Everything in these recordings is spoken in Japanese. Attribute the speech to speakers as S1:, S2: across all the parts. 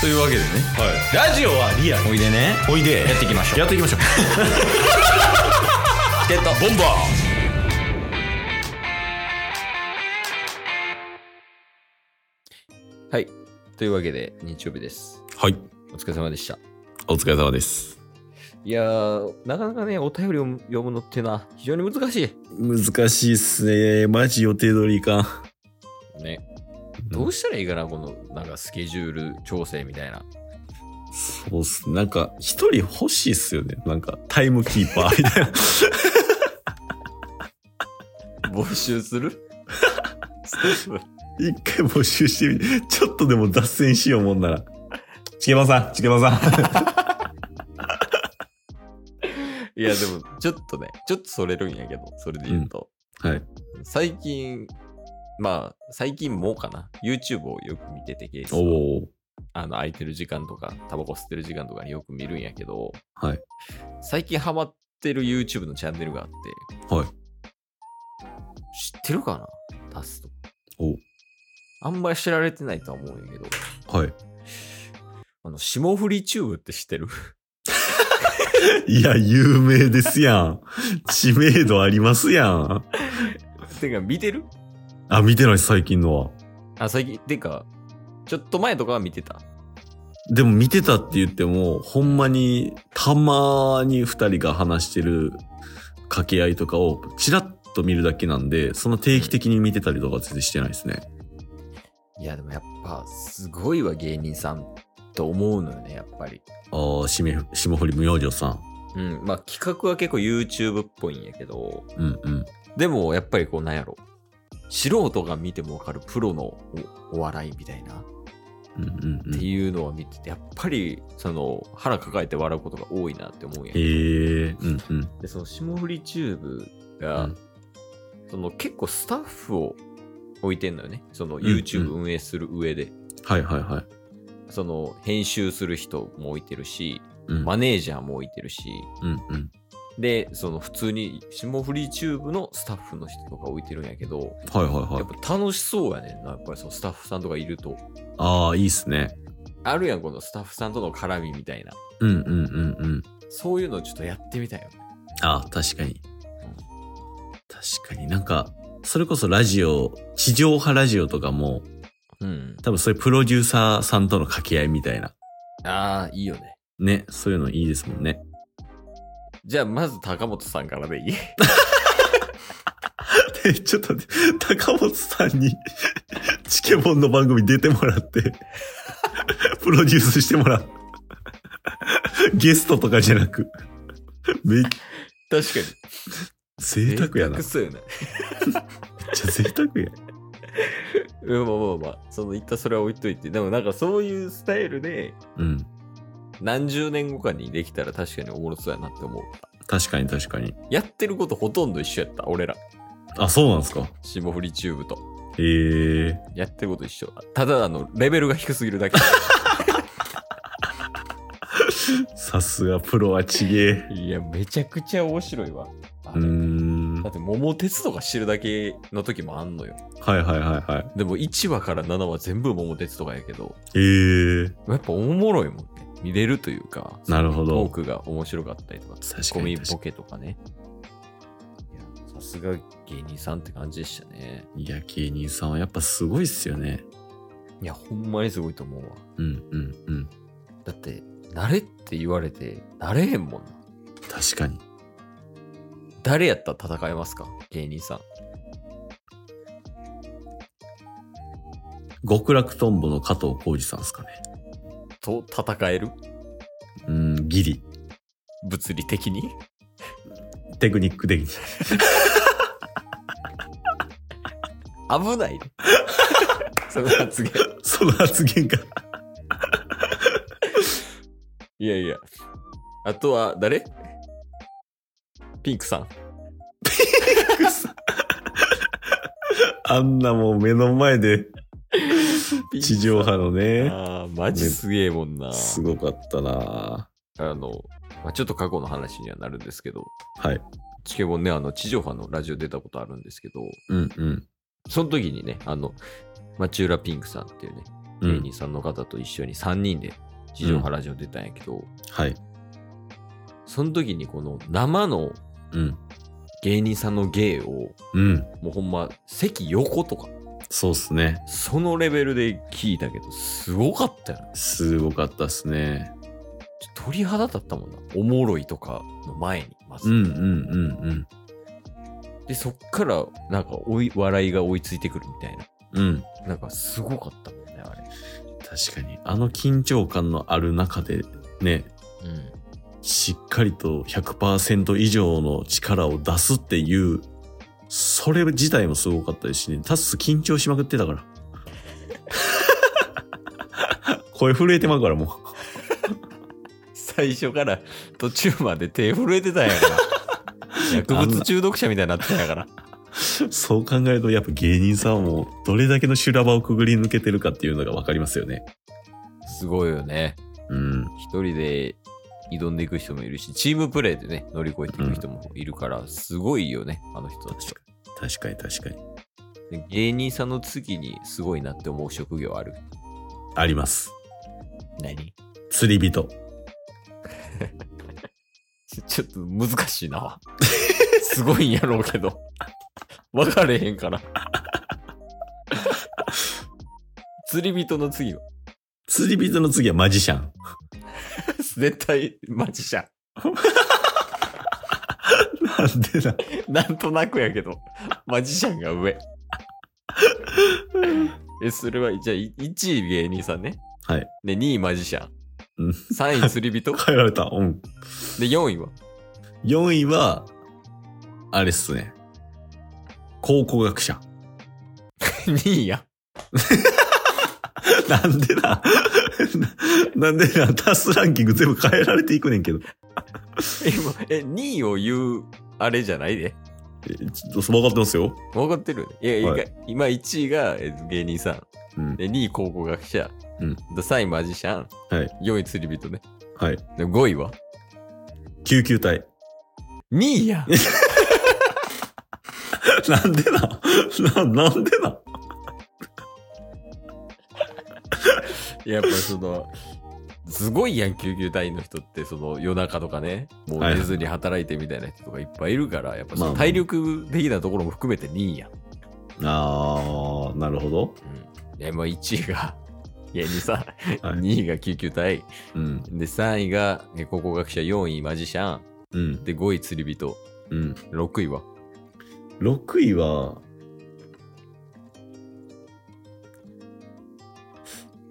S1: というわけでね
S2: ラジオはリアル
S1: おいでね
S2: おいで
S1: やっていきましょう
S2: やっていきましょう
S1: チケットボンバーはいというわけで日曜日です
S2: はい
S1: お疲れ様でした
S2: お疲れ様です
S1: いやーなかなかねお便りを読むのってな非常に難し
S2: 難しいっすねマジ予定通りいかん
S1: いねどうしたらいいかな、このなんかスケジュール調整みたいな
S2: そうっすなんか一人欲しいっすよねなんかタイムキーパーみ たいな
S1: 募集する スタッフ
S2: 一回募集してみてちょっとでも脱線しようもんならチケバンさんチケバンさん
S1: いやでもちょっとねちょっとそれるんやけどそれで言うと、
S2: はい
S1: 最近まあ最近もかな YouTube をよく見ててケース
S2: おお
S1: あの空いてる時間とかタバコ吸ってる時間とかによく見るんやけど
S2: はい
S1: 最近ハマってる YouTube のチャンネルがあって
S2: はい
S1: 知ってるかな出すと
S2: お
S1: あんまり知られてないとは思うんやけど
S2: はい
S1: あの霜降りチューブって知ってる
S2: いや有名ですやん知名度ありますやん
S1: てか見てる
S2: あ見てない最近のは
S1: あ最近てかちょっと前とかは見てた
S2: でも見てたって言っても、ほんまにたまに二人が話してる掛け合いとかをチラッと見るだけなんで、その定期的に見てたりとかは全然してないですね。
S1: いやでもやっぱすごいわ芸人さんと思うのよねやっぱり
S2: ああ、しめ、霜降り無養生さん。
S1: うんまあ企画は結構 YouTube っぽいんやけど
S2: うんうん。
S1: でもやっぱりこうなんやろ素人が見てもわかるプロのおお笑いみたいなっ
S2: うんうんうん。
S1: て
S2: へ
S1: いうのを見ててやっぱりその腹抱えて笑うことが多いなって思うんやけど
S2: え、うんうん。
S1: でその霜降りチューブが、
S2: うん
S1: その結構スタッフを置いてんのよねその
S2: ん
S1: YouTube 運営する上で、
S2: はいはいはい。
S1: その編集する人も置いてるし
S2: うん、
S1: マネージャーも置いてるし、
S2: うんうん。
S1: で、その普通に霜降りチューブのスタッフの人とか置いてるんやけど、
S2: はいはいは
S1: や
S2: い
S1: っ。ぱ楽しそうやねんな、やっぱりそのスタッフさんとかいると。
S2: ああ、いいっすね。
S1: あるやん、このスタッフさんとの絡みみたいな。
S2: うんうんうんうん。
S1: そういうのちょっとやってみたいよ。
S2: ああ、確かに。確かになんか、それこそラジオ、地上波ラジオとかも、
S1: うん。
S2: 多分そういうプロデューサーさんとの掛け合いみたいな。
S1: ああ、いいよね。
S2: ね、そういうのいいですもんね。
S1: じゃあ、まず高本さんからでいい
S2: で、ちょっと待って高本さんに、 チケボンの番組出てもらって、 プロデュースしてもらう。 ゲストとかじゃなく、めっ
S1: 確かに。
S2: 贅沢やな。めっ
S1: そうよね。
S2: ちゃ贅沢や。
S1: うん、まあまあまあ、その、一旦それは置いといて。でもなんかそういうスタイルで、
S2: うん。
S1: 何十年後かにできたら確かにおもろそうやなって思う。
S2: 確かに確かに。
S1: やってることほとんど一緒やった、俺ら。
S2: あ、そうなんですか。
S1: 霜降りチューブと。
S2: えー。
S1: やってること一緒。ただ、あの、レベルが低すぎるだけ。
S2: さすがプロはちげえ。
S1: いや、めちゃくちゃ面白いわ。あ
S2: うー
S1: れ
S2: ん。
S1: だ
S2: は
S1: って、桃鉄とか知るだけの時もあんのよ。
S2: いはいはいはい。
S1: でも、1話から7話全部桃鉄とかやけど、
S2: えー。
S1: やっぱおもろいもんね。見れるというか、
S2: なるほ
S1: ト
S2: ど
S1: ー。クが面白かったりとか、ツッコミ
S2: 確かに確かに
S1: ボケとかね。いや、さすが芸人さんって感じでしたね。
S2: いや、芸人さんはやっぱすごいっすよね。
S1: いや、ほんまにすごいと思うわ。
S2: うんうんうん。
S1: だって、慣れって言われて、慣れへんもんな。
S2: 確かに。
S1: 誰やったら戦えますか芸人さん。
S2: 極楽とんぼの加藤浩二さんですかね。
S1: と戦える
S2: うん、ギリ。
S1: 物理的に
S2: テクニック的に。
S1: 危ない、ね、 その発言
S2: その発言が。
S1: いやいやあとは誰ピンクさん
S2: あんなもう目の前で
S1: ピンクさ
S2: 地
S1: ん
S2: 上波のね。
S1: あーマジすげえもんな
S2: すごかったな
S1: あの、まあ、ちょっと過去の話にはなるんですけど
S2: はい。
S1: チケボンねあの地上波のラジオ出たことあるんですけど
S2: うんうん。
S1: その時にねあのマチューラピンクさんっていうね
S2: うん
S1: 芸人さんの方と一緒に3人で地上波ラジオ出たんやけど、
S2: はい。
S1: その時にこの生の
S2: うん。
S1: 芸人さんの芸を
S2: うん。
S1: もうほんま席横とか
S2: そうっすね。
S1: そのレベルで聞いたけどすごかったよね
S2: すごかったっすね。
S1: ちょ鳥肌立ったもんなおもろいとかの前にまず、
S2: うんうんうん
S1: でそっからなんか追い笑いが追いついてくるみたいな
S2: うん。うん。
S1: なんかすごかったもんねあれ
S2: 確かに。あの緊張感のある中で、ね、
S1: うん
S2: しっかりと100%以上の力を出すっていう、それ自体もすごかったですしね。タッス緊張しまくってたから。 声震えてまうからもう。
S1: 最初から途中まで手震えてたんや から薬物中毒者みたいになってたんやから
S2: そう考えるとやっぱ芸人さんはもうどれだけの修羅場をくぐり抜けてるかっていうのがわかりますよね。
S1: すごいよね
S2: うん。
S1: 一人で挑んでいく人もいるしチームプレーでね乗り越えていく人もいるから、すごいよねあの人たちは
S2: 確かに確かに。
S1: で芸人さんの次にすごいなって思う職業ある
S2: あります。
S1: 何
S2: 釣り人。
S1: ち ちょっと難しいなすごいんやろうけど 分かれへんから釣り人の次は
S2: 釣り人の次はマジシャン。
S1: 絶対マジシャン
S2: なんでだ。
S1: なんとなくやけど、マジシャンが上。え、それは、じゃあ、い1位芸人さんね。
S2: はい。
S1: で、2位マジシャン。
S2: うん
S1: 3位釣り人。で、
S2: 変えられた。うん。
S1: 4位は
S2: 4位は、あれっすね。考古学者。
S1: ?2 位や。
S2: なんでだ。 ななんでだ。タスランキング全部変えられていくねんけど。
S1: え、もうえ2位を言う、あれじゃないで。
S2: えちょっと分かってますよ。
S1: 分かってるよね。いや、いや
S2: は
S1: 今1位がえ芸人さん。
S2: うん。
S1: で、2位考古学者。
S2: うん
S1: で3位マジシャン。
S2: はい。
S1: 4位釣り人ね。
S2: はい。
S1: で、5位は
S2: 救急隊。
S1: ?2 位や。
S2: なんでだ な、なんでだ
S1: やっぱその、すごいやん、救急隊員の人って、その夜中とかね、もう
S2: はい
S1: 寝ずに働いてみたいな人とかいっぱいいるから、やっぱそ
S2: まあ
S1: の
S2: まあ
S1: 体力的なところも含めて2位やん。
S2: あー、なるほど。
S1: いや、もう1位が 芸人さん、
S2: はい
S1: 2位が救急隊、
S2: うん、
S1: で、3位がえ考古学者、4位マジシャン、
S2: うん、
S1: で、5位釣り人、
S2: うん。
S1: 6位は。
S2: 6位は、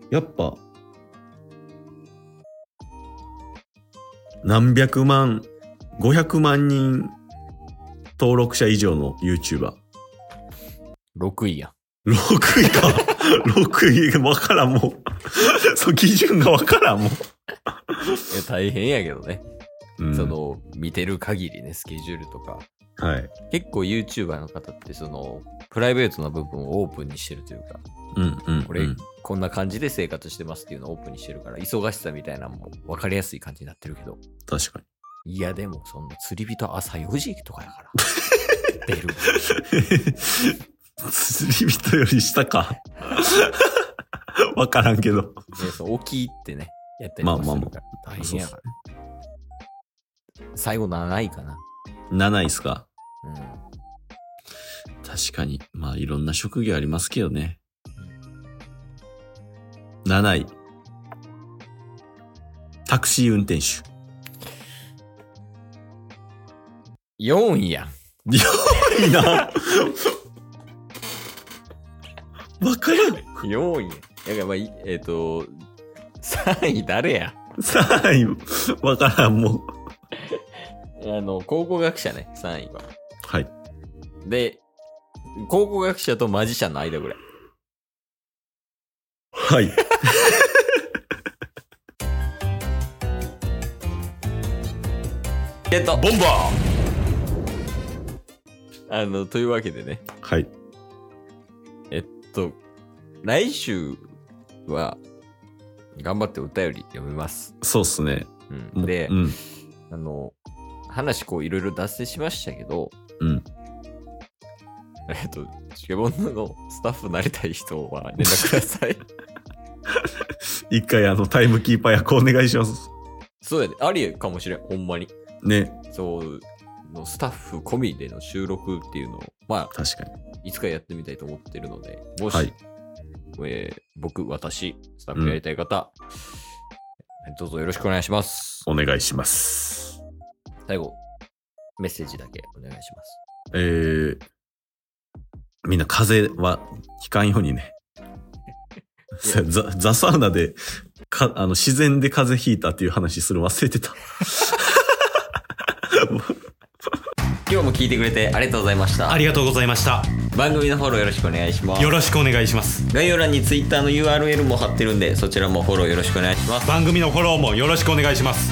S2: やっぱ、何百万、500万人登録者以上の YouTuber。
S1: 6位やん。
S2: 6位か。6位わからん、 もう。そう、基準がわからん、も
S1: いや大変やけどね、
S2: う。うん
S1: そ、の、見てる限りね、スケジュールとか。
S2: はい。
S1: 結構 YouTuber の方って、その、プライベートな部分をオープンにしてるというか、
S2: うん、うん。
S1: これ、
S2: うん
S1: こんな感じで生活してますっていうのをオープンにしてるから、忙しさみたいなのも分かりやすい感じになってるけど、
S2: 確かに。
S1: いや、でも、その釣り人朝4時とかや から。出る。
S2: 釣り人より下か。わからんけど。
S1: でそう沖行ってね、やったりとかするから、大変やから。最後7位かな。
S2: 7位っすか
S1: うん。
S2: 確かに。まあ、いろんな職業ありますけどね。7位。タクシー運転手。
S1: 4位やん。
S2: いいな。わからん。
S1: 4位やん。だからまあ、いえっ、と、3位誰や
S2: 3位、わからん、もう。
S1: あの、考古学者ね、3位は。
S2: はい。
S1: で、考古学者とマジシャンの間ぐらい。
S2: はい。
S1: ゲット
S2: ボンバ
S1: あの、というわけでね、
S2: ーはい。
S1: えっと、来週は、頑張ってお便り読みます。
S2: そうっすね。
S1: う
S2: も
S1: ん、
S2: う
S1: で、
S2: うん。
S1: あの、話こういろいろ脱線しましたけど、
S2: うん。
S1: えっと、チケボンのスタッフになりたい人は連絡ください。
S2: 一回あの、タイムキーパー役お願いします。
S1: そうやね。ありえかもしれん。ほんまに。
S2: ね。
S1: そう。のスタッフ込みでの収録っていうのを、まあ、
S2: 確かに。
S1: いつかやってみたいと思ってるので、もし、
S2: はい
S1: えー僕、私、スタッフやりたい方、どうぞよろしくお願いします。
S2: お願いします。
S1: 最後、メッセージだけお願いします。
S2: えー、みんな風邪はひかんようにね。
S1: いや
S2: ザザサウナでかあの自然で風邪ひいたっていう話するの忘れてた。
S1: 今日も聞いてくれてありがとうございました
S3: あ。りがとうございました。
S1: 番組のフォローよろしくお願いします
S3: よ。ろしくお願いします。
S1: 概要欄に Twitter の URL も貼ってるんで、そちらもフォローよろしくお願いします。
S3: 番組のフォローもよろしくお願いします。